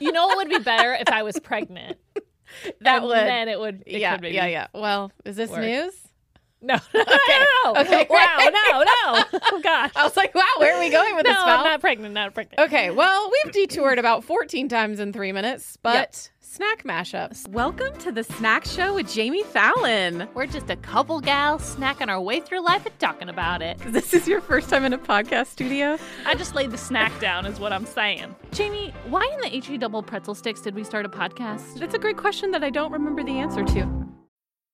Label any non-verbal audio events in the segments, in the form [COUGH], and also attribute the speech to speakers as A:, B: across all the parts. A: You know what would be better if I was pregnant.
B: [LAUGHS] That
A: and
B: would.
A: Then it would. It
B: yeah,
A: could maybe-
B: yeah, yeah. Well, is this
A: work.
B: news?
A: No, [LAUGHS] no, no, no, no.
B: Okay,
A: wow,
B: great.
A: no,
B: [LAUGHS]
A: no. Oh gosh.
B: I was like, wow, where are we going
A: [LAUGHS]
B: with
A: no,
B: this? Val?
A: I'm not pregnant. Not pregnant.
B: Okay, well, we've detoured about 14 times in three minutes, but snack mashups. Welcome to the Snack Show with Jamie Fallon.
A: We're just a couple gals snacking our way through life and talking about it.
B: This is your first time in a podcast studio.
A: I just laid the snack down, is what I'm saying. Jamie, why in the HE double pretzel sticks did we start a podcast?
B: That's a great question that I don't remember the answer to.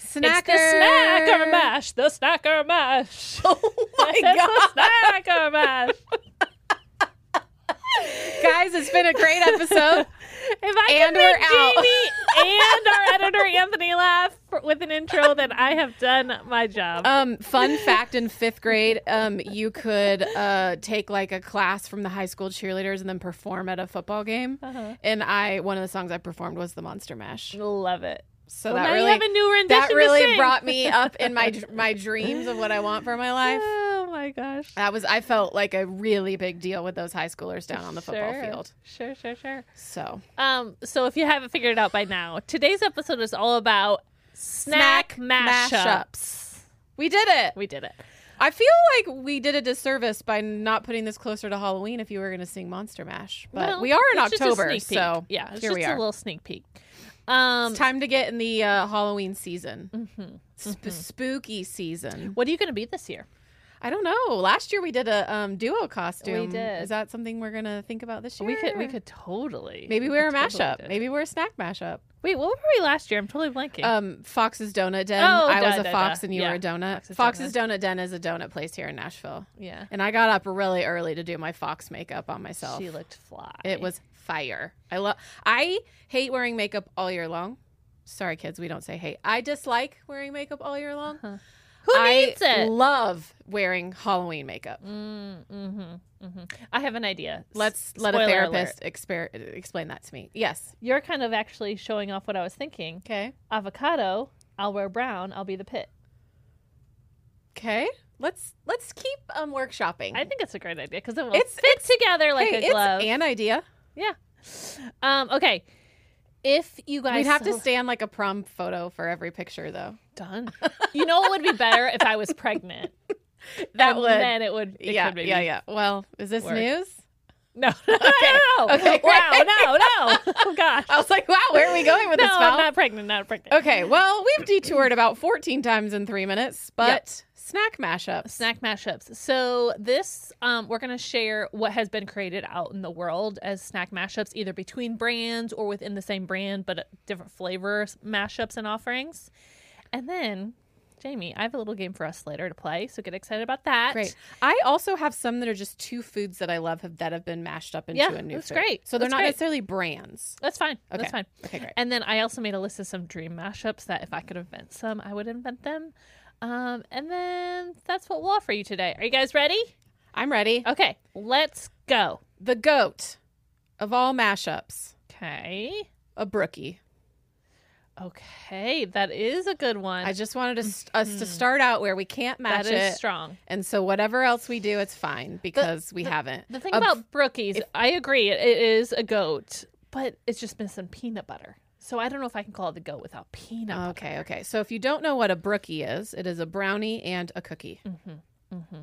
B: Snacker.
A: It's the snacker mash. The snacker mash.
B: Oh [LAUGHS] my
A: [LAUGHS] It's
B: God.
A: the snacker mash.
B: Guys, it's been a great episode.
A: If I
B: And
A: can
B: we're
A: make
B: [LAUGHS]
A: Jamie and our editor Anthony laugh for, with an intro, then I have done my job.
B: Um, fun fact in fifth grade, um, you could uh, take like a class from the high school cheerleaders and then perform at a football game.
A: Uh-huh.
B: And I, one of the songs I performed was the Monster Mash.
A: Love it.
B: So
A: Well,
B: that
A: now you
B: really
A: have a new rendition
B: that
A: to
B: really
A: sing.
B: brought
A: [LAUGHS]
B: me up in my my dreams of what I want for my life.
A: Oh my gosh.
B: That was I felt like a really big deal with those high schoolers down on the football
A: Sure.
B: field.
A: Sure, sure, sure.
B: So
A: Um, so if you haven't figured it out by now, today's episode is all about snack,
B: Snack
A: mashups.
B: we did it.
A: We did it.
B: I feel like we did a disservice by not putting this closer to Halloween if you were going to sing Monster Mash, but
A: Well,
B: we are in
A: it's just a
B: October,
A: sneak peek.
B: so
A: yeah, it's
B: here
A: just
B: we
A: a
B: are.
A: little sneak peek. Um,
B: it's time to get in the uh, Halloween season,
A: mhm.
B: Sp- spooky season.
A: what are you going to be this year?
B: I don't know. Last year we did a um, duo costume.
A: did.
B: Is that something we're going to think about this year?
A: We could, we could totally.
B: Maybe
A: we
B: we're a
A: could [LAUGHS] totally
B: mashup.
A: do it.
B: Maybe we're a snack mashup.
A: Wait, what were we last year? I'm totally blanking.
B: Um, Fox's Donut Den.
A: Oh,
B: I was
A: duh,
B: a
A: duh,
B: fox
A: duh.
B: and you
A: Yeah.
B: were a donut.
A: Fox's
B: Fox's,
A: Donut.
B: Donut Den is a donut place here in Nashville.
A: yeah,
B: And I got up really early to do my fox makeup on myself.
A: she looked fly.
B: it was fire. I love. I hate wearing makeup all year long. Sorry, kids, we don't say hate. I dislike wearing makeup all year long.
A: Uh-huh. Who
B: I
A: needs it?
B: love wearing Halloween makeup.
A: Mm, mm-hmm, mm-hmm. I have an idea. S-
B: Let's let a
A: spoiler
B: therapist
A: alert.
B: exper- explain that to me. Yes.
A: You're kind of actually showing off what I was thinking.
B: Okay.
A: Avocado. I'll wear brown. I'll be the pit.
B: Okay. Let's let's keep um workshopping.
A: I think it's a great idea because it will
B: It's-
A: fit together like
B: hey,
A: a
B: it's
A: glove.
B: an idea.
A: um, okay. If you guys
B: We'd have to [LAUGHS]
A: saw-
B: stand like a prom photo for every picture, though.
A: done, you know what would be better if I was
B: [LAUGHS]
A: pregnant.
B: That
A: And
B: would.
A: then it would. It
B: yeah,
A: could maybe
B: yeah, yeah. Well, is this
A: work.
B: news?
A: No, [LAUGHS] no, no, no.
B: Okay,
A: wow,
B: great.
A: no,
B: [LAUGHS]
A: no. Oh gosh,
B: I was like, wow, where are we going
A: [LAUGHS]
B: with
A: no,
B: this?
A: I'm
B: Val?
A: not pregnant. Not pregnant.
B: Okay, well, we've detoured about 14 times in three minutes, but snack mashups.
A: Snack mashups. So this, um, we're gonna share what has been created out in the world as snack mashups, either between brands or within the same brand, but uh, different flavor mashups and offerings. And then, Jamie, I have a little game for us later to play, so get excited about that.
B: Great. I also have some that are just two foods that I love have, that have been mashed up into
A: Yeah,
B: a new
A: that's
B: food.
A: great.
B: So they're
A: That's
B: not
A: great.
B: necessarily brands.
A: That's fine.
B: Okay.
A: That's fine.
B: Okay, great.
A: And then I also made a list of some dream mashups that if I could invent some, I would invent them. Um, and then that's what we'll offer you today. Are you guys ready?
B: I'm ready.
A: Okay, let's go.
B: Uh, The goat of all mashups,
A: Okay.
B: a brookie.
A: Okay, that is a good one.
B: I just wanted us, us to start out where we can't match
A: Mm. Hmm. that is
B: it.
A: strong.
B: And so whatever else we do, it's fine because we haven't.
A: The thing
B: A-
A: about brookies, I agree, it, it is a goat, but it's just missing peanut butter. So I don't know if I can call it the goat without peanut butter.
B: okay, okay. So if you don't know what a brookie is, it is a brownie and a cookie.
A: Mm-hmm.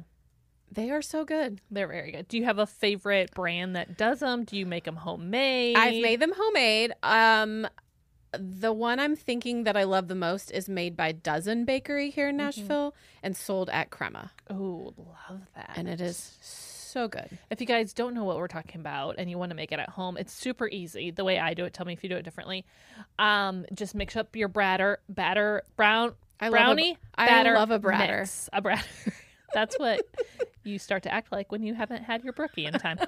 B: They are so good.
A: They're very good. Do you have a favorite brand that does them? Do you make them homemade?
B: I've made them homemade. Um, the one I'm thinking that I love the most is made by Dozen Bakery here
A: Mm-hmm.
B: in Nashville and sold at Crema,
A: Oh, love that.
B: and it is so good.
A: If you guys don't know what we're talking about and you want to make it at home, it's super easy. The way I do it, tell me if you do it differently. Um, just mix up your batter, batter, brown,
B: I love a-
A: brownie,
B: I
A: batter,
B: love a bratter.
A: mix. a bratter. [LAUGHS] That's what you start to act like when you haven't had your brookie in
B: [LAUGHS]
A: time.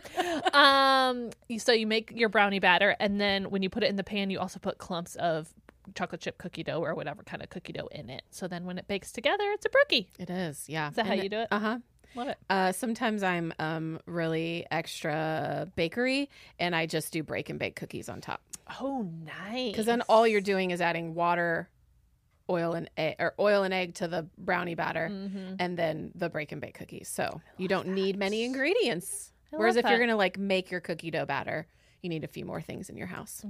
A: um, you- so you make your brownie batter, and then when you put it in the pan, you also put clumps of chocolate chip cookie dough or whatever kind of cookie dough in it. So then when it bakes together, it's a brookie.
B: It is, yeah. Is
A: that how you do it?
B: Uh huh.
A: Love it.
B: Uh, sometimes I'm um, really extra bakery, and I just do break and bake cookies on top.
A: Oh, nice.
B: Because then all you're doing is adding water, oil and egg, or oil and egg to the brownie batter, and then the break and bake cookies. So you don't need many ingredients.
A: I
B: Whereas
A: love
B: if you're
A: that.
B: gonna like make your cookie dough batter, you need a few more things in your house.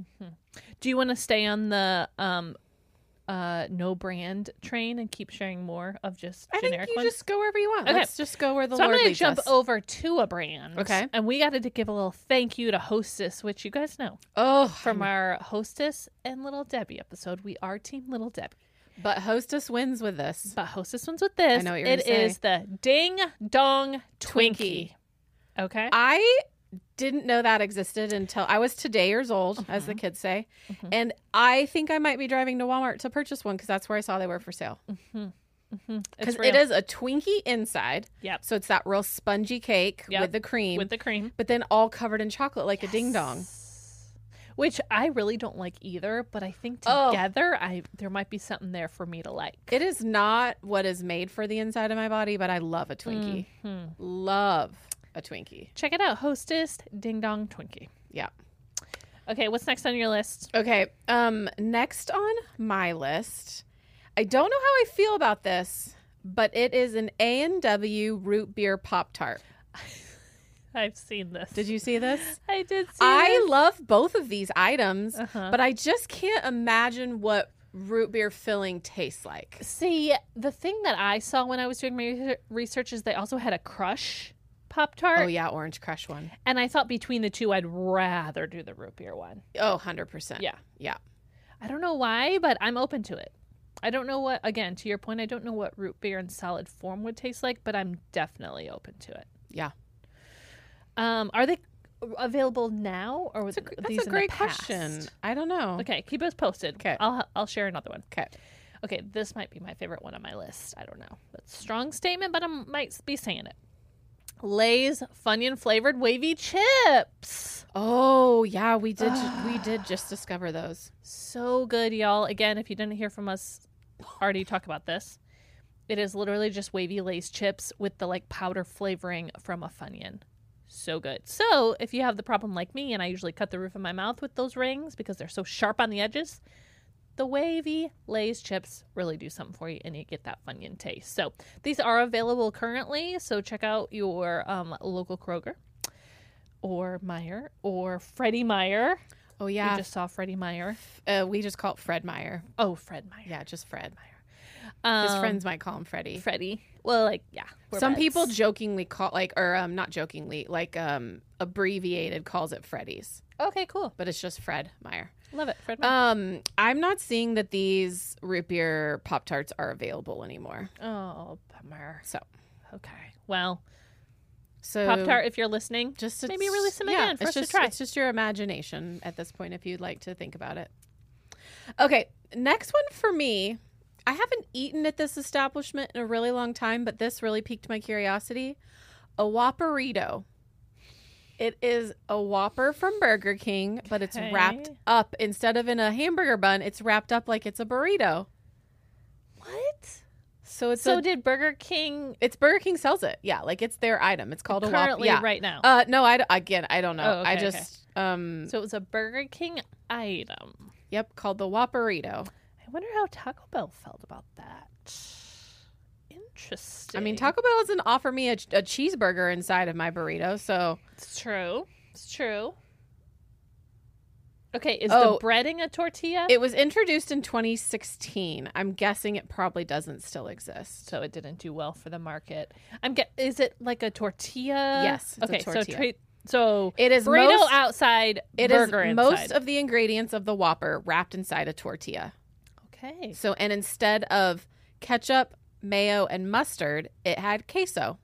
A: Do you want to stay on the um, uh, no brand train and keep sharing more of just
B: I
A: generic
B: think you
A: ones?
B: just go wherever you want.
A: Okay.
B: Let's just go where the
A: so I'm
B: Lord
A: going to
B: leads
A: jump
B: us.
A: over to a brand.
B: Okay.
A: And we got to give a little thank you to Hostess, which you guys know
B: oh,
A: from our Hostess and Little Debbie episode. We are Team Little Debbie.
B: but hostess wins with this.
A: But Hostess ones with this.
B: I know what you're
A: It
B: gonna
A: is the Ding Dong Twinkie.
B: Twinkie. Uh,
A: Okay.
B: I didn't know that existed until I was today years old, as
A: Mm-hmm.
B: the kids say. And I think I might be driving to Walmart to purchase one because that's where I saw they were for sale. Because
A: It's
B: it
A: real.
B: is a Twinkie inside.
A: Yep.
B: So it's that real spongy cake
A: Yep.
B: with the cream,
A: with the cream.
B: but then all covered in chocolate like a ding dong.
A: Which I really don't like either, but I think
B: Oh.
A: together I there might be something there for me to like.
B: It is not what is made for the inside of my body, but I love a Twinkie.
A: Mm-hmm.
B: Love a Twinkie.
A: Check it out, Hostess Ding Dong Twinkie.
B: Yeah.
A: Okay, what's next on your list?
B: Okay. Um next on my list. I don't know how I feel about this, but it is an A&W root beer pop tart.
A: I've seen this.
B: Did you see this?
A: I [LAUGHS] did see
B: I
A: this.
B: love both of these items,
A: Uh-huh.
B: but I just can't imagine what root beer filling tastes like.
A: See, the thing that I saw when I was doing my re- research is they also had a crush Pop Tart.
B: Oh yeah, orange crush one.
A: And I thought between the two, I'd rather do the root beer one.
B: Oh, 100%.
A: Yeah.
B: Yeah.
A: I don't know why, but I'm open to it. I don't know what, again, to your point, I don't know what root beer in solid form would taste like, but I'm definitely open to it.
B: Yeah.
A: Um, are they available now or was
B: That's a, that's
A: these
B: a
A: in the
B: great
A: past?
B: question. I don't know.
A: Okay, keep us posted.
B: 'Kay.
A: I'll I'll share another one.
B: Okay.
A: Okay, this might be my favorite one on my list. I don't know. That's a strong statement, but I might be saying it. Lay's Funyun flavored wavy chips.
B: Oh, yeah, we did ju- [GASPS] we did just discover those.
A: So good, y'all. Again, if you didn't hear from us already talk about this, it is literally just wavy Lay's chips with the like powder flavoring from a Funyun. So good. So if you have the problem like me, and I usually cut the roof of my mouth with those rings because they're so sharp on the edges, the wavy Lay's chips really do something for you, and you get that Funyun taste. So these are available currently. So check out your um, local Kroger. Or Meyer or Freddie Meyer.
B: Oh
A: You
B: yeah,
A: just saw Freddie Meyer.
B: uh, we just call it Fred Meyer.
A: Oh, Fred Meyer.
B: Yeah, just Fred.
A: Um,
B: His friends might call him Freddy.
A: Freddie. Well, like yeah. we're
B: Some
A: buds.
B: people jokingly call like or um not jokingly like um abbreviated calls it Freddy's,
A: Okay, cool.
B: but it's just Fred Meyer.
A: Love it, Fred Meyer.
B: Um, I'm not seeing that these root beer pop tarts are available anymore.
A: oh, bummer.
B: So,
A: Okay. Well,
B: so
A: Pop Tart, if you're listening,
B: Just
A: maybe
B: it's-
A: release them
B: yeah,
A: again for
B: it's
A: us to
B: just-
A: try.
B: It's just your imagination at this point, if you'd like to think about it. Okay, next one for me. I haven't eaten at this establishment in a really long time, but this really piqued my curiosity. A Whopperito. It is a Whopper from Burger King, but it's wrapped
A: Okay.
B: up instead of in a hamburger bun. It's wrapped up like it's a burrito.
A: what?
B: So it's
A: So
B: a,
A: did Burger King
B: it's Burger King sells it. Yeah, like it's their item. It's called a Whopper.
A: currently
B: Yeah.
A: right now?
B: Uh, no, I d- again I don't know.
A: Oh,
B: I
A: okay, okay.
B: just um
A: so it was a Burger King item.
B: Yep, called the Whopperito.
A: I wonder how Taco Bell felt about that. Interesting.
B: I mean, Taco Bell doesn't offer me a, a cheeseburger inside of my burrito, so
A: It's true. It's true. Okay, is
B: Oh.
A: the breading a tortilla?
B: it was introduced in 2016. I'm guessing it probably doesn't still exist.
A: so it didn't do well for the market. I'm get is it like a tortilla?
B: Yes, it's a
A: okay, so
B: tortilla.
A: tra- so
B: It is
A: burrito
B: most,
A: outside,
B: it is
A: burger inside.
B: most of the ingredients of the Whopper wrapped inside a tortilla.
A: okay.
B: So, and instead of ketchup, mayo, and mustard, it had queso.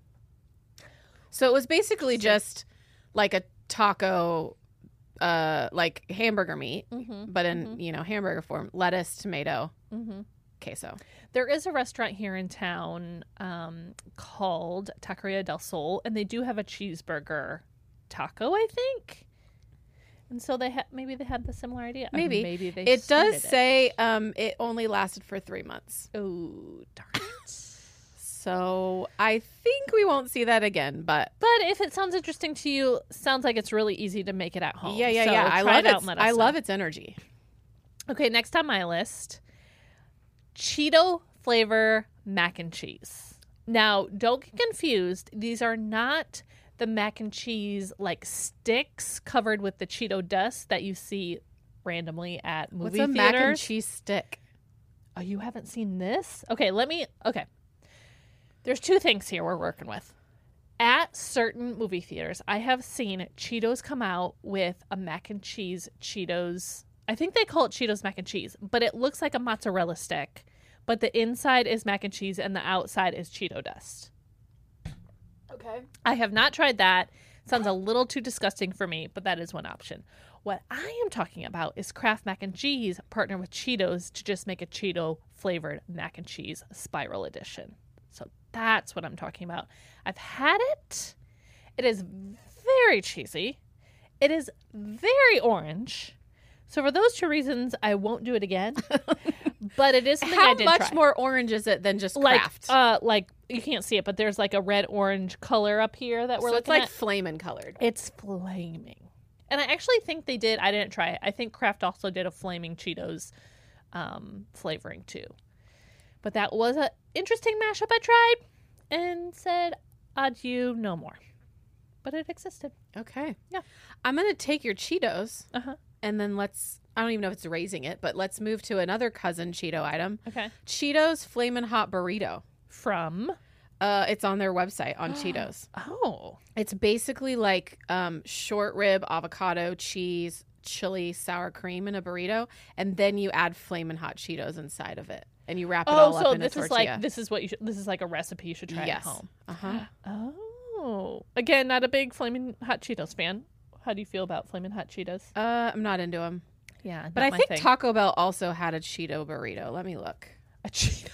B: So it was basically just like a taco, uh, like hamburger meat,
A: Mm-hmm.
B: but in you know hamburger form, lettuce, tomato,
A: Mm-hmm.
B: queso.
A: There is a restaurant here in town um, called Taqueria del Sol, and they do have a cheeseburger taco, I think. And so they ha- maybe they had the similar idea.
B: Maybe.
A: maybe they.
B: it
A: started
B: does say um, it only lasted for three months.
A: It. Oh darn it!
B: So I think we won't see that again, but
A: but if it sounds interesting to you, sounds like it's really easy to make it at home.
B: yeah, yeah,
A: Oh, So
B: yeah. I
A: try
B: love
A: it. Out and let us
B: I
A: know.
B: love its energy.
A: Okay, next on my list Cheeto flavor mac and cheese. Now, don't get confused. These are not the mac and cheese like sticks covered with the Cheeto dust that you see randomly at
B: What's
A: movie
B: a
A: theaters.
B: mac and cheese stick?
A: Oh, you haven't seen this? Okay, let me. Okay. There's two things here we're working with. At certain movie theaters, I have seen Cheetos come out with a mac and cheese Cheetos. I think they call it Cheetos mac and cheese, but it looks like a mozzarella stick, but the inside is mac and cheese and the outside is Cheeto dust.
B: Okay.
A: I have not tried that. Sounds a little too disgusting for me, but that is one option. What I am talking about is Kraft Mac and Cheese partner with Cheetos to just make a Cheeto flavored mac and cheese spiral edition. So that's what I'm talking about. I've had it. It is very cheesy. It is very orange. So for those two reasons, I won't do it
B: [LAUGHS]
A: again. but it is something
B: How
A: I did
B: much
A: try
B: more orange is it than just
A: like
B: craft?
A: uh like you can't see it but there's like a red orange color up here that we're
B: so it's
A: looking
B: like
A: at
B: flamin' colored.
A: it's flaming and i actually think they did i didn't try it i think kraft also did a flaming cheetos um flavoring too but that was an interesting mashup i tried and said adieu no more but it existed
B: Okay.
A: Yeah.
B: I'm gonna take your Cheetos
A: Uh-huh.
B: and then let's I don't even know if it's raising it, but let's move to another cousin Cheeto item.
A: okay
B: Cheetos Flamin' Hot Burrito.
A: from
B: Uh, it's on their website
A: [GASPS]
B: on Cheetos.
A: oh
B: It's basically like um, short rib, avocado, cheese, chili, sour cream in a burrito, and then you add flamin' hot Cheetos inside of it, and you wrap it all
A: oh so
B: up in
A: this
B: a
A: is
B: tortilla.
A: like this is what you should this is like a recipe you should try
B: yes.
A: at home [GASPS]
B: Uh-huh.
A: Oh, again, not a big flaming hot Cheetos fan. How do you feel about flaming hot Cheetos?
B: Uh, I'm not into them,
A: Yeah,
B: but I think Taco Bell also had a Cheeto burrito. Let me look.
A: [LAUGHS] a Cheeto.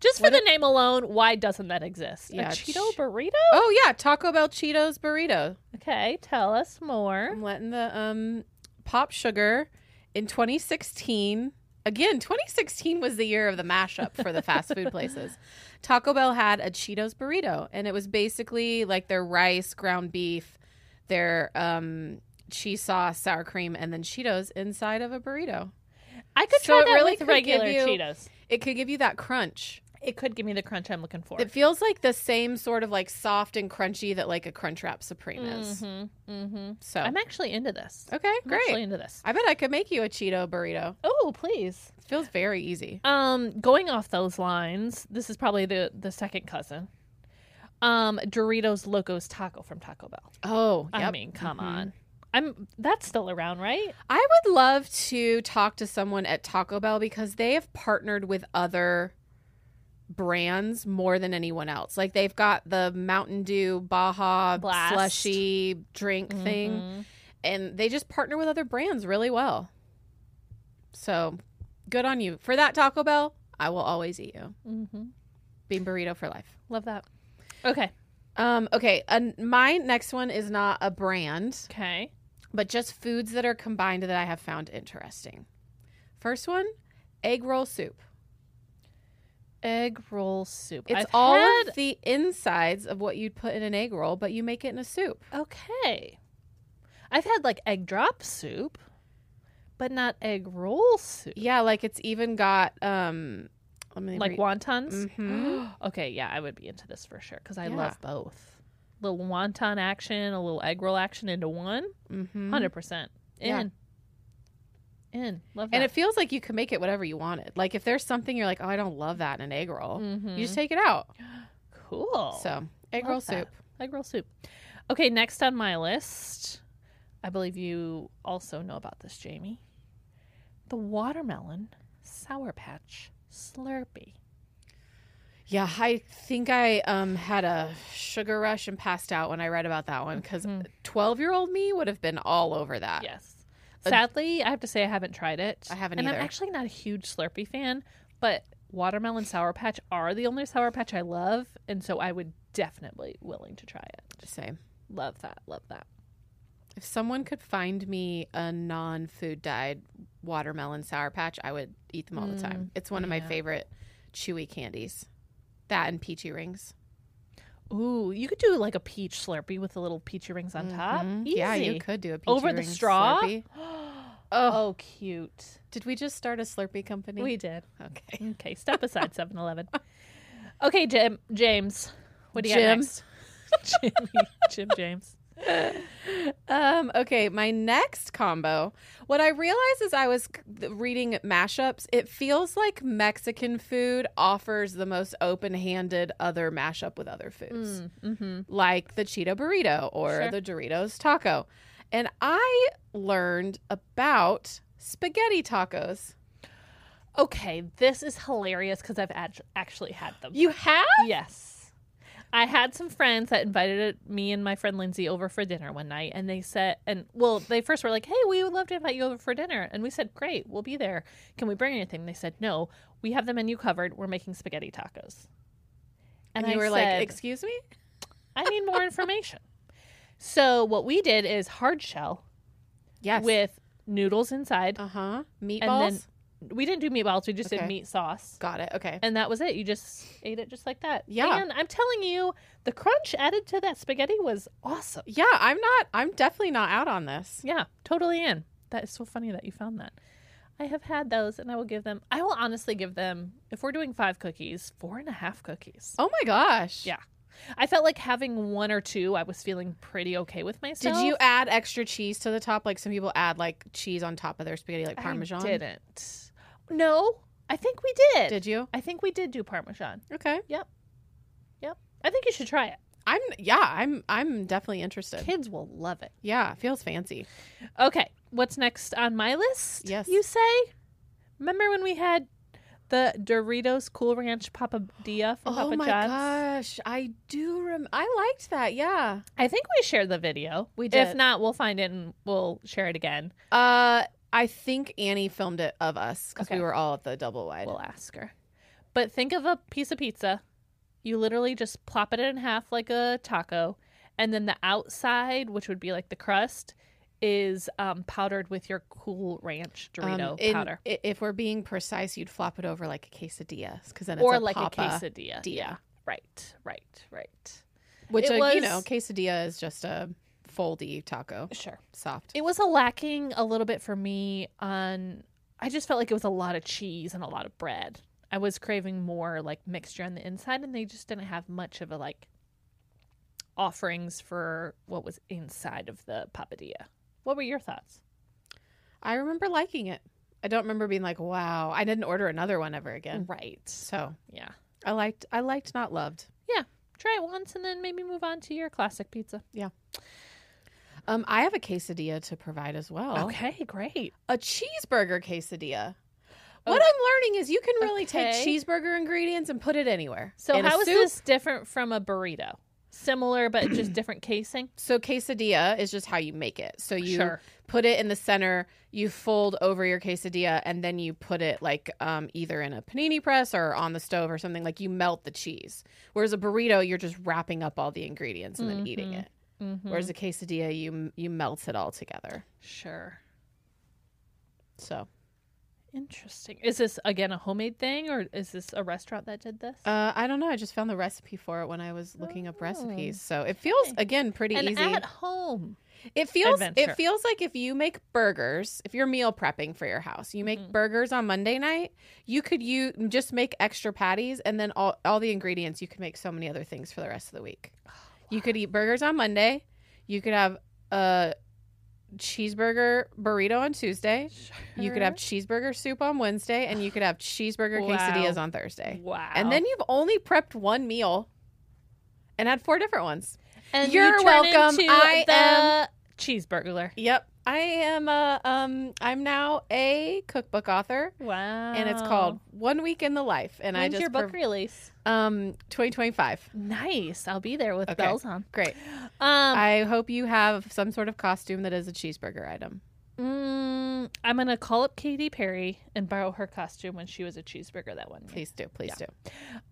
A: Just for the name alone, why doesn't that exist?
B: Yeah,
A: a Cheeto
B: ch-
A: burrito?
B: Oh yeah, Taco Bell Cheetos burrito.
A: Okay, tell us more.
B: I'm letting the um pop sugar in 2016. Again, 2016 was the year of the mashup for the fast food places.
A: [LAUGHS]
B: Taco Bell had a Cheetos burrito, and it was basically like their rice, ground beef, their um, cheese sauce, sour cream, and then Cheetos inside of a burrito.
A: I could
B: So
A: try
B: it
A: that
B: really
A: with
B: could
A: regular
B: give you-
A: Cheetos.
B: It could give you that crunch.
A: It could give me the crunch I'm looking for.
B: It feels like the same sort of like soft and crunchy that like a Crunchwrap Supreme is.
A: mm-hmm, mm-hmm.
B: So
A: I'm actually into this.
B: okay,
A: I'm
B: great.
A: actually into this.
B: I bet I could make you a Cheeto burrito.
A: Oh, please.
B: It feels very easy.
A: Um, going off those lines, this is probably the the second cousin. Um, Doritos Locos Taco from Taco Bell.
B: Oh,
A: I
B: yep.
A: mean, come
B: Mhm.
A: on. I'm that's still around, right?
B: I would love to talk to someone at Taco Bell because they have partnered with other brands more than anyone else. Like they've got the Mountain Dew Baja
A: Blast.
B: slushy drink thing,
A: Mhm.
B: and they just partner with other brands really well. So, good on you for that Taco Bell. I will always eat you.
A: Mhm.
B: Bean burrito for life.
A: Love that. Okay.
B: Um, okay, and my next one is not a brand.
A: Okay.
B: but just foods that are combined that I have found interesting. First one, egg roll soup.
A: Egg roll soup.
B: It's
A: I've
B: all
A: had-
B: of the insides of what you'd put in an egg roll, but you make it in a soup.
A: okay. I've had like egg drop soup, but not egg roll soup.
B: Yeah, like it's even got um let me
A: Like
B: read-
A: wontons. [GASPS]
B: Mhm.
A: okay, yeah, I would be into this for sure because I
B: Yeah.
A: love both. Little wonton action, a little egg roll action into one.
B: Mhm.
A: 100 percent
B: Yeah.
A: in. In love that.
B: And it feels like you can make it whatever you wanted. Like if there's something you're like, "Oh, I don't love that in an egg roll."
A: Mhm.
B: You just take it out.
A: cool.
B: So, egg
A: Oh, Love
B: roll
A: that.
B: soup.
A: Egg roll soup. Okay, next on my list, I believe you also know about this, Jamie. The watermelon sour patch Slurpee.
B: Yeah, I think I um, had a sugar rush and passed out when I read about that one because
A: Mhm.
B: 12 year old me would have been all over that.
A: Yes.
B: Uh,
A: Sadly, I have to say I haven't tried it.
B: I haven't
A: and
B: either.
A: I'm actually not a huge Slurpee fan, but watermelon sour patch are the only sour patch I love, and so I would definitely willing to try it.
B: Same.
A: Love that. Love that.
B: If someone could find me a non-food dyed watermelon sour patch, I would eat them all the time. It's one of my favorite chewy candies. That and peachy rings.
A: Ooh, you could do like a peach slurpee with the little peachy rings on top.
B: Mm, Yeah,
A: Easy.
B: you could do a peachy
A: over the
B: ring
A: straw. [GASPS]
B: Slurpee.
A: oh, cute.
B: Did we just start a Slurpee company?
A: We did.
B: okay.
A: Okay, step [LAUGHS] aside, 7 Eleven. Okay, Jim, James. What do you got
B: Jim.
A: next? [LAUGHS] Jimmy, Jim James.
B: Um, okay, my next combo. What I realized as I was c- reading mashups, it feels like Mexican food offers the most open-handed other mashup with other foods,
A: Mm-hmm.
B: like the Cheeto burrito or
A: Sure.
B: the Doritos taco. And I learned about spaghetti tacos.
A: Okay, this is hilarious because I've act- actually had them.
B: You have?
A: Yes. I had some friends that invited me and my friend Lindsay over for dinner one night, and they said, and well, they first were like, hey, we would love to invite you over for dinner. And we said, great, we'll be there. Can we bring anything? They said, no, we have the menu covered. We're making spaghetti tacos.
B: And,
A: I
B: you were
A: said,
B: like, "Excuse me?"
A: I need more information. So, what we did is hard shell
B: Yes.
A: with noodles inside.
B: uh-huh. Meatballs.
A: We didn't do meatballs, we just
B: Okay.
A: did meat sauce.
B: Got it. Okay.
A: and that was it. You just ate it just like that.
B: Yeah.
A: And I'm telling you, the crunch added to that spaghetti was awesome.
B: yeah, I'm not I'm definitely not out on this.
A: Yeah, totally in. That is so funny that you found that. I have had those and I will give them, I will honestly give them, if we're doing five cookies, four and a half cookies.
B: Oh my gosh.
A: Yeah. I felt like having one or two, I was feeling pretty okay with
B: Did
A: myself.
B: you add extra cheese to the top? Like some people add like cheese on top of their spaghetti, like parmesan.
A: I didn't. No, I think we did.
B: Did you?
A: I think we did do Parmesan.
B: Okay.
A: Yep. I think you should try it.
B: I'm yeah. I'm I'm definitely interested.
A: Kids will love it.
B: Yeah, it feels fancy.
A: Okay, what's next on my list?
B: Yes.
A: You say? Remember when we had the Doritos Cool Ranch Papadilla from Papa
B: oh my
A: John's?
B: gosh, I do. Rem- I liked that. Yeah.
A: I think we shared the video.
B: We did.
A: If not, we'll find it and we'll share it again.
B: Uh, I think Annie filmed it of us because
A: Okay.
B: we were all at the double wide.
A: We'll ask her. But think of a piece of pizza. You literally just plop it in half like a taco, and then the outside, which would be like the crust, is um, powdered with your Cool Ranch
B: Um,
A: Dorito
B: in-
A: powder,
B: i- If we're being precise, you'd flop it over like a quesadilla because then it's
A: or
B: a
A: like
B: papa
A: a quesadilla.
B: dia,
A: Right, right, right.
B: which
A: It
B: a, you
A: was-
B: know quesadilla is just a foldy taco,
A: Sure.
B: soft.
A: It was a lacking a little bit for me on I just felt like it was a lot of cheese and a lot of bread. I was craving more like mixture on the inside and they just didn't have much of a like offerings for what was inside of the papadilla. What were your thoughts?
B: I remember liking it. I don't remember being like, "Wow!" I didn't order another one ever again.
A: Right.
B: So
A: Yeah.
B: I liked, I liked, not loved.
A: Try it once and then maybe move on to your classic pizza.
B: Um, I have a quesadilla to provide as well.
A: Okay, great.
B: a cheeseburger quesadilla.
A: Okay.
B: What I'm learning is you can really
A: Oh. Okay.
B: take cheeseburger ingredients and put it anywhere.
A: So
B: In a
A: how is
B: soup.
A: this different from a burrito? Similar but just different casing?
B: So quesadilla is just how you make it. So you
A: Sure.
B: put it in the center, you fold over your quesadilla, and then you put it like um, either in a panini press or on the stove or something. Like you melt the cheese. Whereas a burrito, you're just wrapping up all the ingredients and then eating it.
A: Mhm.
B: Whereas a quesadilla, you you melt it all together.
A: Sure.
B: So
A: Interesting. Is this again a homemade thing or is this a restaurant that did this?
B: uh, I don't know. I just found the recipe for it when I was looking up
A: Oh.
B: recipes. So it feels again pretty
A: and
B: easy.
A: at home.
B: It feels
A: adventure.
B: it feels like if you make burgers, if you're meal prepping for your house, you
A: Mm-hmm.
B: make burgers on Monday night, you could you just make extra patties and then all all the ingredients you could make so many other things for the rest of the week.
A: Oh,
B: You could eat burgers on Monday, you could have a cheeseburger burrito on Tuesday, you could have cheeseburger soup on Wednesday and you could have cheeseburger
A: Wow.
B: quesadillas on Thursday.
A: wow.
B: And then you've only prepped one meal and had four different ones.
A: and
B: you're
A: turn
B: welcome.
A: into
B: I
A: the
B: am-
A: cheeseburglar.
B: Yep. I am a um I'm now a cookbook author
A: Wow.
B: and it's called One Week in the Life and
A: Oh. When's
B: I just
A: your book
B: prov-
A: release?
B: um 2025.
A: Nice. I'll be there with
B: Okay.
A: bells on.
B: Great.
A: Um
B: I hope you have some sort of costume that is a cheeseburger item.
A: Mm, I'm gonna call up Katy Perry and borrow her costume when she was a cheeseburger that one. Year.
B: Please do. Please do.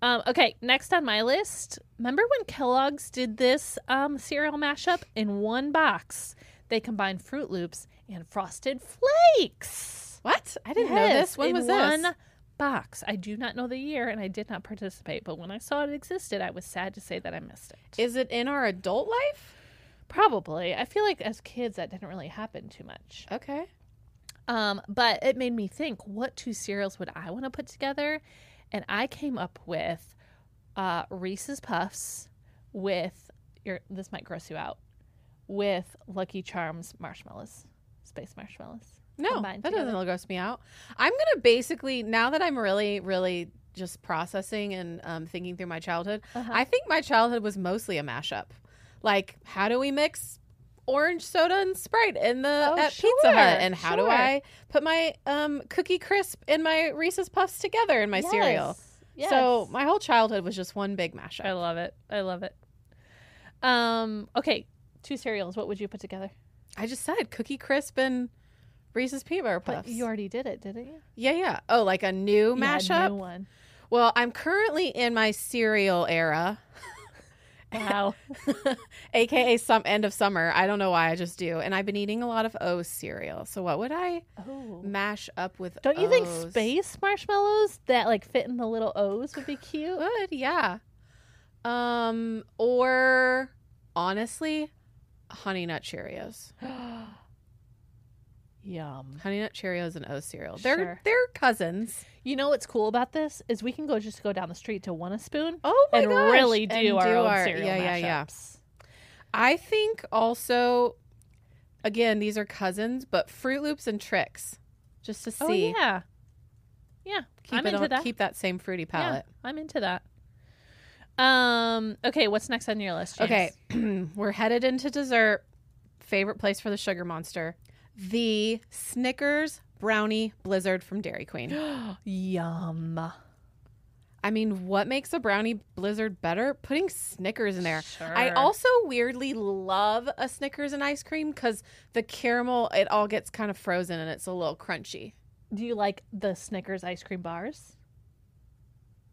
A: Um, okay, next on my list. Remember when Kellogg's did this um, cereal mashup in one box? They combined Fruit Loops and Frosted Flakes.
B: What? I didn't know
A: Yes,
B: this. When
A: in
B: was
A: one
B: this?
A: box. I do not know the year, and I did not participate. But when I saw it existed, I was sad to say that I missed it.
B: Is it in our adult life?
A: Probably. I feel like as kids, that didn't really happen too much.
B: Okay.
A: Um, but it made me think, what two cereals would I want to put together? And I came up with uh, Reese's Puffs with your. This might gross you out. With Lucky Charms marshmallows, space marshmallows.
B: No, that
A: combined
B: doesn't
A: together.
B: gross me out. I'm gonna basically now that I'm really, really just processing and um, thinking through my childhood.
A: Uh-huh.
B: I think my childhood was mostly a mashup. Like, how do we mix orange soda and Sprite in the
A: Oh,
B: at
A: sure,
B: Pizza Hut, and how do
A: sure.
B: I put my um, cookie crisp and my Reese's Puffs together in my cereal?
A: Yes.
B: So my whole childhood was just one big mashup.
A: I love it. I love it. Um. Okay, two cereals. What would you put together?
B: I just said cookie crisp and Reese's peanut butter puffs.
A: But you already did it, didn't you?
B: yeah, yeah. Oh, like a new
A: Yeah,
B: mashup.
A: new
B: [LAUGHS]
A: one.
B: Well, I'm currently in my cereal era,
A: Wow.
B: aka some end of summer. I don't know why I just do, and I've been eating a lot of O's cereal. So what would I
A: oh.
B: mash up with?
A: Don't you think
B: O's?
A: space marshmallows that like fit in the little O's would be cute? [GASPS]
B: Good, yeah. Um, or honestly, Honey Nut Cheerios.
A: Yum.
B: Honey Nut Cheerios and O's cereal. They're
A: Sure.
B: they're cousins.
A: You know what's cool about this is we can go just go down the street to One a Spoon
B: Oh my
A: and
B: gosh!
A: really do
B: and
A: our own cereal
B: yeah, yeah, yeah.
A: mashups.
B: I think also, again, these are cousins, but Fruit Loops and Tricks, just to see.
A: Oh yeah, yeah.
B: Keep
A: I'm
B: it
A: into
B: on-
A: that.
B: Keep that same fruity
A: Yeah,
B: palette.
A: I'm into that. Um. Okay. What's next on your list? James?
B: Okay, [CLEARS THROAT] we're headed into dessert. Favorite place for the sugar monster, the Snickers brownie blizzard from
A: [GASPS]
B: Dairy Queen.
A: Yum.
B: I mean, what makes a brownie blizzard better? Putting Snickers in there. I
A: Sure.
B: also weirdly love a Snickers and ice cream because the caramel, it all gets kind of frozen and it's a little crunchy.
A: Do you like the Snickers ice cream bars?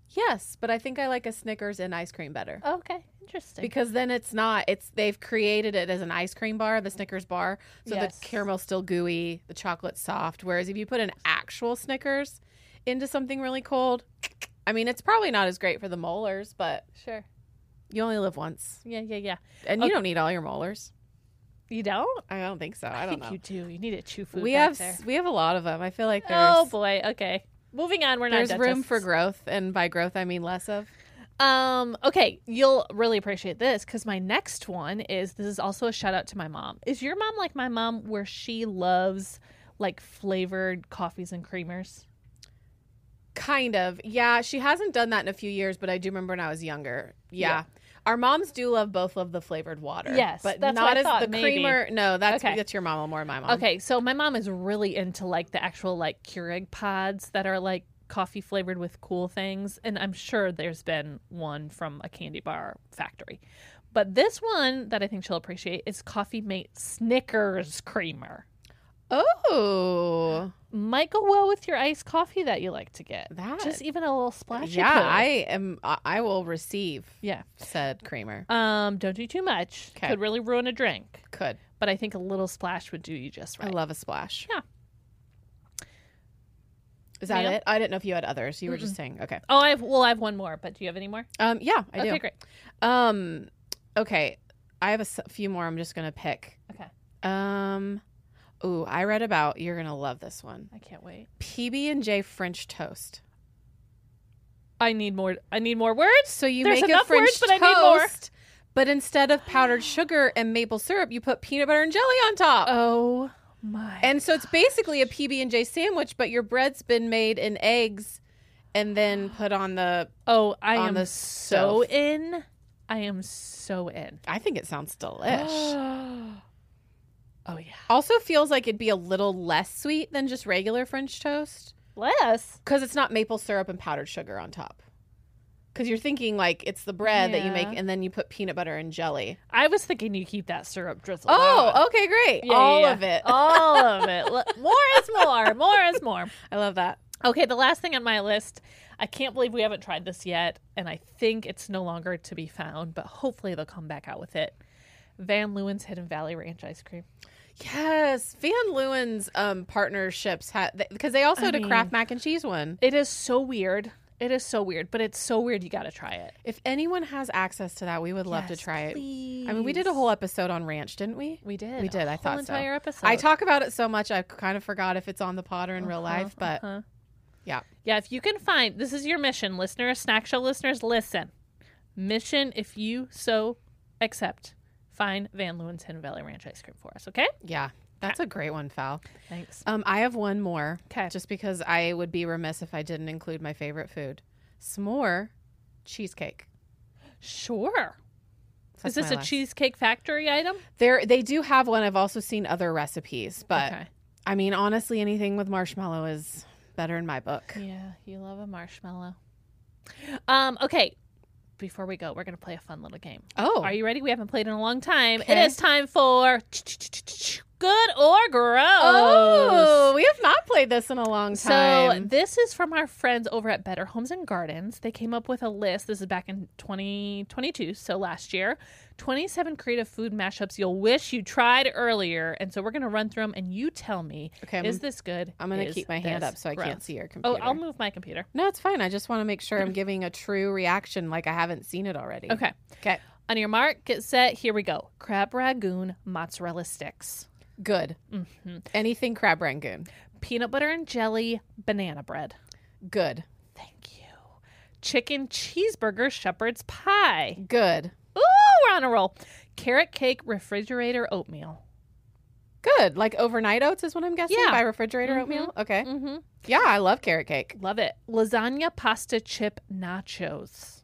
B: Yes, but I think I like a Snickers and ice cream better.
A: Okay. Interesting.
B: Because then it's not. It's they've created it as an ice cream bar, the Snickers bar. So
A: Yes.
B: the caramel's still gooey, the chocolate's soft. Whereas if you put an actual Snickers into something really cold, I mean, it's probably not as great for the molars, but
A: sure.
B: you only live once,
A: Yeah. Yeah. Yeah.
B: and you
A: Okay.
B: don't need all your molars.
A: You don't?
B: I don't think so. I, don't
A: think [LAUGHS]
B: know.
A: you do. You need to chew food.
B: we
A: back
B: have
A: There.
B: s we have a lot of them. I feel like there's
A: Oh boy. Okay. Moving on. We're not.
B: there's room for
A: dentists.
B: growth, and by growth I mean less of.
A: Um, okay, you'll really appreciate this because my next one is this is also a shout out to my mom. Is your mom like my mom where she loves like flavored coffees and creamers?
B: Kind of. Yeah, she hasn't done that in a few years, but I do remember when I was younger. Yeah.
A: Yeah.
B: Our moms do love both love the flavored water.
A: Yes,
B: but
A: that's
B: not
A: what I
B: as
A: thought,
B: the
A: maybe.
B: creamer. No, that's
A: Okay.
B: that's your mom more my mom.
A: Okay, so my mom is really into like the actual like Keurig pods that are like coffee flavored with cool things and I'm sure there's been one from a candy bar factory. But this one that I think she'll appreciate is Coffee Mate Snickers creamer.
B: Oh,
A: Might go well with your iced coffee that you like to get.
B: that.
A: Just even a little splash. or
B: yeah,
A: two.
B: I am. I- I will receive
A: Yeah.
B: said creamer.
A: Um, don't do too much.
B: 'Kay.
A: Could really ruin a drink.
B: Could
A: But I think a little splash would do you just right.
B: I love a splash?
A: Yeah.
B: Is that
A: Ma'am?
B: it? I didn't know if you had others. You were just saying. Okay.
A: oh, I have. Well, I have one more. But do you have any more?
B: Um. Yeah, I do.
A: okay, great.
B: Um. Okay. I have a s- few more. I'm just gonna pick.
A: Okay,
B: Um, ooh, I read about. You're gonna love this one.
A: I can't wait.
B: PB and J French toast.
A: I need more. I need more words.
B: So you
A: There's
B: make a
A: enough
B: French
A: words, but I
B: toast,
A: need more.
B: but instead
A: [GASPS]
B: of powdered sugar and maple syrup, you put peanut butter and jelly on top.
A: Oh my.
B: and so it's basically a PB and J sandwich, but your bread's been made in eggs and then put on the.
A: oh, I
B: on
A: am
B: the
A: so
B: stove.
A: in. I am so in.
B: I think it sounds delish.
A: [GASPS] Oh yeah.
B: also feels like it'd be a little less sweet than just regular French toast
A: Less.
B: because it's not maple syrup and powdered sugar on top. because you're thinking like it's the bread that you make
A: Yeah.
B: and then you put peanut butter and jelly.
A: I was thinking you keep that syrup drizzle. on.
B: Oh, okay, great.
A: Yeah, yeah,
B: All
A: yeah.
B: of it.
A: All
B: [LAUGHS]
A: of it. Le- More is more. More is more.
B: I love that.
A: Okay, the last thing on my list. I can't believe we haven't tried this yet, and I think it's no longer to be found, but hopefully they'll come back out with it. Van Leeuwen's Hidden Valley Ranch ice cream.
B: Yes, Van Leeuwen's um, partnerships had because they also
A: I
B: had a
A: mean-
B: Kraft mac and cheese one.
A: It is so weird. It is so weird, but it's so weird you got to try it.
B: If anyone has access to that, we would love to
A: Yes,
B: try it. I mean, we did a whole episode on ranch, didn't we?
A: We did.
B: We did.
A: A
B: I thought
A: whole
B: so.
A: entire episode.
B: I talk about it so much, I kind of forgot if it's on the pod or in real life. But
A: Uh-huh.
B: yeah,
A: Yeah, if you can find this is your mission, listeners, snack show listeners, listen. Mission, if you so accept, find Van Leeuwen's Hidden Valley Ranch ice cream for us. Okay,
B: yeah, that's a great one, Fal.
A: thanks.
B: Um, I have one more,
A: Okay,
B: just because I would be remiss if I didn't include my favorite food: s'more cheesecake.
A: sure. is
B: That's
A: this
B: my
A: a
B: last.
A: cheesecake factory item?
B: There, they do have one. I've also seen other recipes, but
A: okay.
B: I mean, honestly, anything with marshmallow is better in my book.
A: yeah, you love a marshmallow. Um. Okay. Before we go, we're gonna play a fun little game.
B: Oh,
A: Are you ready? We haven't played in a long time.
B: Okay.
A: It is time for good or gross.
B: oh, we have not played this in a long
A: So
B: time.
A: this is from our friends over at Better Homes and Gardens. They came up with a list. This is back in 2022, so last year. 27 creative food mashups you'll wish you tried earlier. And so we're going to run through them and you tell me,
B: okay, I'm,
A: is this good?
B: I'm gonna
A: Is
B: keep my hand
A: this
B: up so I can't
A: gross?
B: see your computer.
A: Oh, I'll move my computer.
B: No, it's fine. I just want to make sure I'm
A: [CLEARS THROAT]
B: giving a true reaction, like I haven't seen it already.
A: Okay.
B: Okay.
A: On your mark, get set, here we go. Crab ragoon mozzarella sticks.
B: Good.
A: hmm
B: Anything crab rangoon.
A: Peanut butter and jelly banana bread.
B: Good.
A: Thank you. Chicken cheeseburger shepherd's pie.
B: Good.
A: Ooh, we're on a roll. Carrot cake refrigerator oatmeal.
B: Good. Like overnight oats is what I'm guessing
A: Yeah.
B: by refrigerator
A: Mhm.
B: oatmeal. Okay.
A: Mm-hmm.
B: Yeah, I love carrot cake.
A: Love it. Lasagna pasta chip nachos.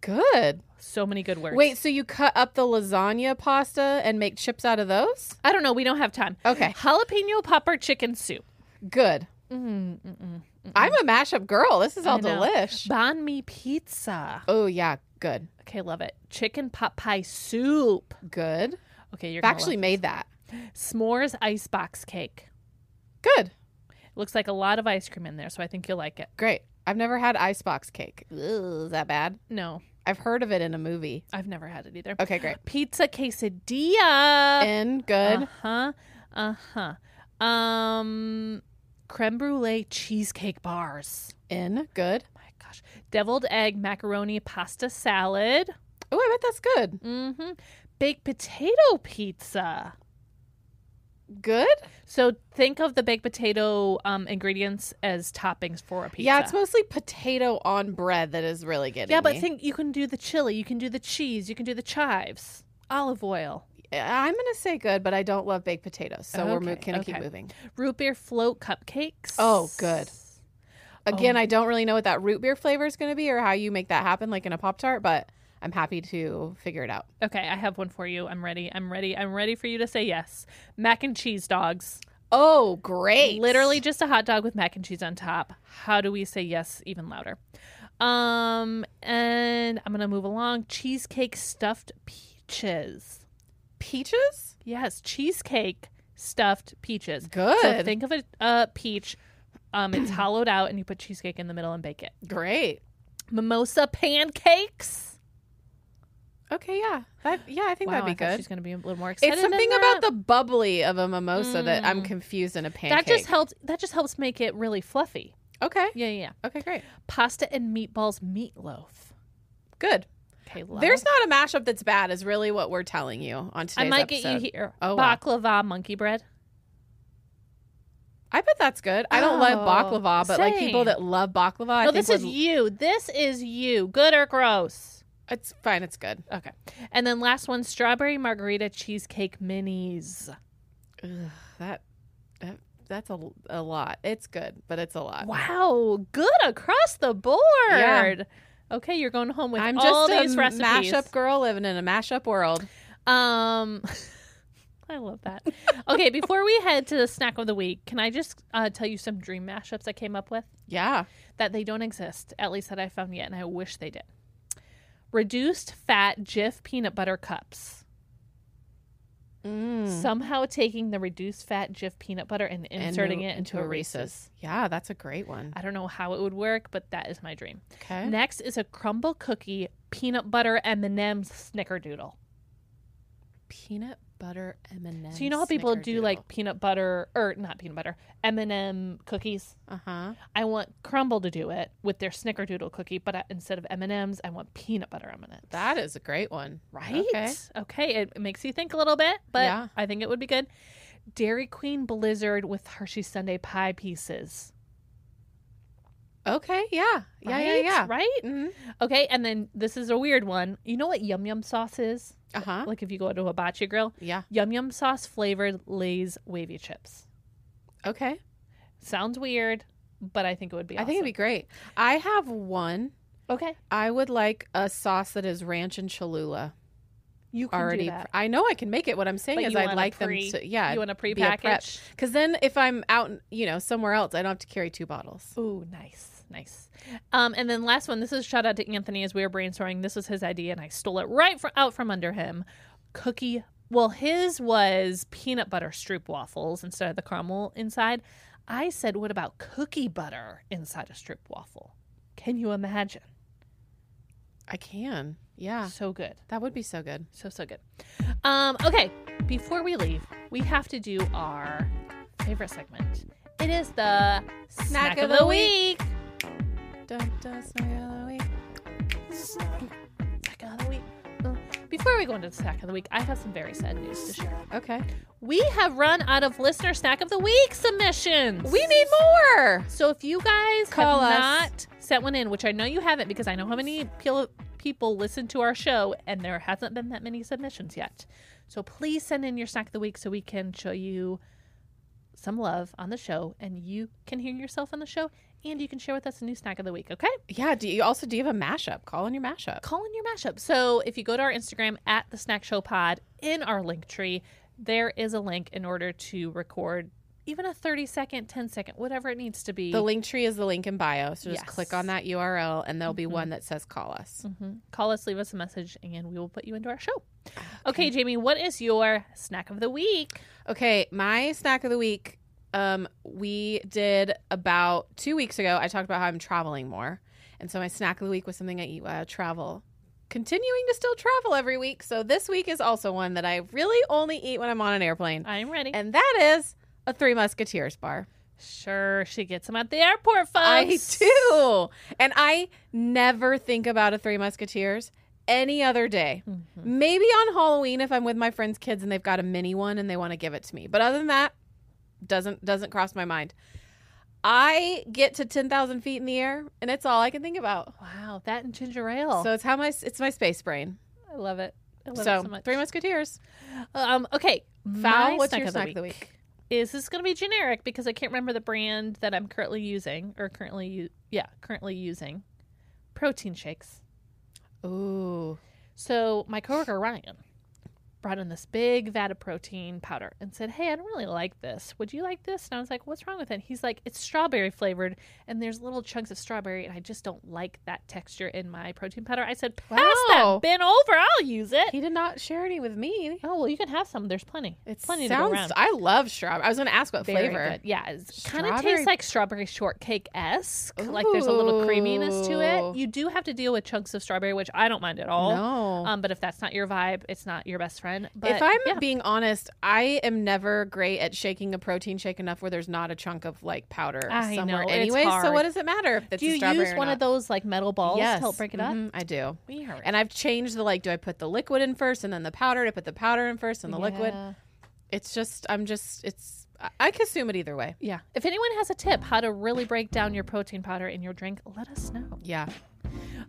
B: Good.
A: So many good words.
B: Wait, so you cut up the lasagna pasta and make chips out of those?
A: I don't know. We don't have time.
B: Okay.
A: Jalapeno popper chicken soup.
B: Good.
A: Mm, mm, mm.
B: I'm a mashup girl. This is all
A: I know.
B: delish.
A: Banh mi pizza.
B: Oh yeah, good.
A: Okay, love it. Chicken pot pie soup.
B: Good.
A: Okay, you're
B: I've
A: gonna
B: actually made that.
A: love- s'mores icebox cake.
B: Good.
A: Looks like a lot of ice cream in there, so I think you'll like it.
B: Great. I've never had icebox cake. Ugh, is that bad?
A: No,
B: I've heard of it in a movie.
A: I've never had it either.
B: Okay, great.
A: Pizza quesadilla.
B: In good.
A: Uh huh. Uh huh. Um, creme brulee cheesecake bars.
B: In good.
A: My gosh, deviled egg macaroni pasta salad.
B: Oh, I bet that's good.
A: Mm-hmm. Baked potato pizza.
B: Good.
A: So think of the baked potato um, ingredients as toppings for a pizza.
B: Yeah, it's mostly potato on bread that is really getting.
A: yeah, but
B: me.
A: think you can do the chili, you can do the cheese, you can do the chives, olive oil,
B: I'm gonna say good, but I don't love baked potatoes, so we're mo-
A: Okay,
B: gonna keep
A: okay.
B: moving.
A: root beer float cupcakes.
B: Oh, good. Again,
A: Oh.
B: I don't really know what that root beer flavor is gonna be or how you make that happen, like in a pop tart, but I'm happy to figure it out.
A: Okay, I have one for you. I'm ready. I'm ready. I'm ready for you to say yes. Mac and cheese dogs.
B: Oh, great!
A: Literally just a hot dog with mac and cheese on top. How do we say yes even louder? Um, and I'm gonna move along. Cheesecake stuffed peaches.
B: peaches.
A: Yes, cheesecake stuffed peaches.
B: Good.
A: So think of a, a peach. Um,
B: [CLEARS THROAT]
A: it's hollowed out, and you put cheesecake in the middle and bake it.
B: Great.
A: Mimosa pancakes.
B: Okay, yeah, that, yeah, I think
A: Wow,
B: that'd be
A: I thought
B: good.
A: She's gonna be a little more excited.
B: It's
A: than
B: something
A: that.
B: about the bubbly of a mimosa that I'm
A: Mm.
B: confused in a pancake.
A: that just helps. That just helps make it really fluffy.
B: Okay,
A: Yeah, yeah. yeah.
B: okay, great,
A: Pasta and meatballs meatloaf.
B: good.
A: Okay, love.
B: There's not a mashup that's bad, is really what we're telling you on today's
A: I might
B: episode.
A: get you here.
B: Oh, wow.
A: baklava monkey bread.
B: I bet that's good. I don't
A: Oh,
B: love baklava, but like people
A: same.
B: that love baklava, I
A: no, Oh,
B: think
A: this is
B: would-
A: you. This is you. Good or gross?
B: it's fine. It's good.
A: Okay. And then last one, strawberry margarita cheesecake minis.
B: Uh, Ugh, that, that that's a, a lot. It's good, but it's a lot.
A: Wow, good across the board.
B: Yeah.
A: Okay, you're going home with
B: I'm
A: all
B: just a
A: these recipes.
B: mashup girl living in a mashup world.
A: Um, [LAUGHS] I love that. Okay, before we head to the snack of the week, can I just uh, tell you some dream mashups I came up with
B: Yeah.
A: that they don't exist, at least that I found yet, and I wish they did. Reduced fat Jif peanut butter cups.
B: Mm.
A: Somehow taking the reduced fat Jif peanut butter Hmm. and inserting it into, a Reese's.
B: Yeah, that's a great one.
A: I don't know how it would work, but that is my dream.
B: Okay.
A: Next is a crumble cookie peanut butter M&M's snickerdoodle.
B: Peanut butter M&M's.
A: So you know how people do like peanut butter or not peanut butter M&M cookies.
B: Uh huh.
A: I want Crumble to do it with their Snickerdoodle cookie, but I, instead of M and M's, I want peanut butter M and M's.
B: That is a great one.
A: right?
B: Okay.
A: Okay. it, it makes you think a little bit, but
B: Yeah.
A: I think it would be good. Dairy Queen Blizzard with Hershey Sunday pie pieces.
B: Okay. Yeah. Yeah.
A: Right?
B: Yeah. Yeah.
A: Right.
B: Mhm.
A: Okay, and then this is a weird one. You know what Yum Yum sauce is?
B: Uh huh.
A: Like if you go to a bocce grill,
B: Yeah.
A: Yum Yum sauce flavored Lay's wavy chips.
B: Okay.
A: Sounds weird, but I think it would be.
B: I think it'd be great. I have one.
A: be okay.
B: I would like a sauce that is ranch and Cholula
A: You can
B: already.
A: do that.
B: I know I can make it. What I'm saying
A: But
B: is
A: you
B: I'd
A: want a
B: like
A: pre-
B: them to. Yeah.
A: you want a
B: be prep.
A: prepackaged?
B: Because then if I'm out, you know, somewhere else, I don't have to carry two bottles.
A: Ooh, nice, nice. Um, and then last one. This is shout out to Anthony as we were brainstorming. This was his idea, and I stole it right from, out from under him. Cookie. Well, his was peanut butter stroop waffles instead of the caramel inside. I said, what about cookie butter inside a stroop waffle? Can you imagine?
B: I can. Yeah.
A: So good.
B: That would be so good.
A: So, so good. Um, okay, before we leave, we have to do our favorite segment. It is the snack, of, the week.
B: Dun, dun, smile away.
A: Snack of the week. Uh, Before we go into the snack of the week, I have some very sad news to share.
B: Okay.
A: We have run out of listener snack of the week submissions.
B: We need more.
A: So if you guys
B: Call
A: have
B: us.
A: not sent one in, which I know you haven't because I know how many pil- people listen to our show and there hasn't been that many submissions yet. So please send in your snack of the week so we can show you some love on the show and you can hear yourself on the show and you can share with us a new snack of the week, okay?
B: Yeah. Do you also do you have a mashup? Call in your mashup.
A: call in your mashup. So if you go to our Instagram at the Snack Show Pod in our link tree, there is a link in order to record even a 30 second, 10 second, whatever it needs to be.
B: The link tree is the link in bio. So
A: Yes.
B: just
A: Mm-hmm.
B: click on that URL and there'll be one that says call us.
A: Mhm. Call us, leave us a message, and we will put you into our show. Okay, Jamie, what is your snack of the week?
B: Okay, my snack of the week. Um, we did about two weeks ago. I talked about how I'm traveling more, and so my snack of the week was something I eat while I travel. Continuing to still travel every week, so this week is also one that I really only eat when I'm on an airplane,
A: I'm ready.
B: and that is a Three Musketeers bar.
A: sure, she gets them at the airport, folks.
B: I do, and I never think about a Three Musketeers any other day.
A: Mhm.
B: Maybe on Halloween if I'm with my friends' kids and they've got a mini one and they want to give it to me. But other than that, doesn't doesn't cross my mind. I get to ten thousand feet in the air and it's all I can think about.
A: Wow, that and ginger ale.
B: So it's how my it's my space brain.
A: I love it. Oh. I love
B: so
A: it so much.
B: three musketeers.
A: Um, okay.
B: Val,
A: my
B: what's your snack
A: week?
B: of the week?
A: is this going to be generic because I can't remember the brand that I'm currently using or currently u- yeah, currently using protein shakes.
B: Ooh.
A: So my coworker Ryan brought in this big vat of protein powder and said, "Hey, I don't really like this. Would you like this?" And I was like, "What's wrong with it?" He's like, "It's strawberry flavored and there's little chunks of strawberry and I just don't like that texture in my protein powder." I said, "Pass
B: Wow.
A: that bin over. I'll use it."
B: He did not share any with me.
A: oh, well, you can have some. There's plenty.
B: It
A: plenty to go
B: sounds
A: around.
B: I love strawberry. I was gonna ask what
A: Very
B: flavor.
A: good. Yeah, it kind of
B: Strawberry-
A: tastes like strawberry shortcake esque. Like there's a little creaminess to
B: Ooh.
A: it. You do have to deal with chunks of strawberry, which I don't mind at all.
B: No.
A: Um, but if that's not your vibe, it's not your best friend. But
B: if I'm
A: yeah.
B: being honest, I am never great at shaking a protein shake enough where there's not a chunk of like powder
A: I
B: somewhere.
A: know, it's
B: anyway, so
A: hard.
B: what does it matter if it's
A: do
B: a
A: you
B: strawberry
A: use
B: or
A: one
B: not?
A: of those like metal balls to help break it up?
B: Mhm, I do.
A: Weird.
B: And I've changed the like, do I put the liquid in first and then the powder? To put the powder in first and the liquid.
A: Yeah.
B: It's just, I'm just, it's, I, I consume it either way.
A: Yeah. If anyone has a tip how to really break down your protein powder in your drink, let us know.
B: Yeah.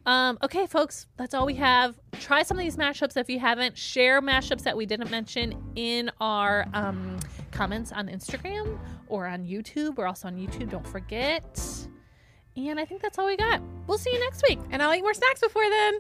A: Um, okay, folks, that's all we have. Try some of these mashups if you haven't. Share mashups that we didn't mention in our um, comments on Instagram or on YouTube. We're also on YouTube, don't forget. And I think that's all we got. We'll see you next week.
B: And I'll eat more snacks before then.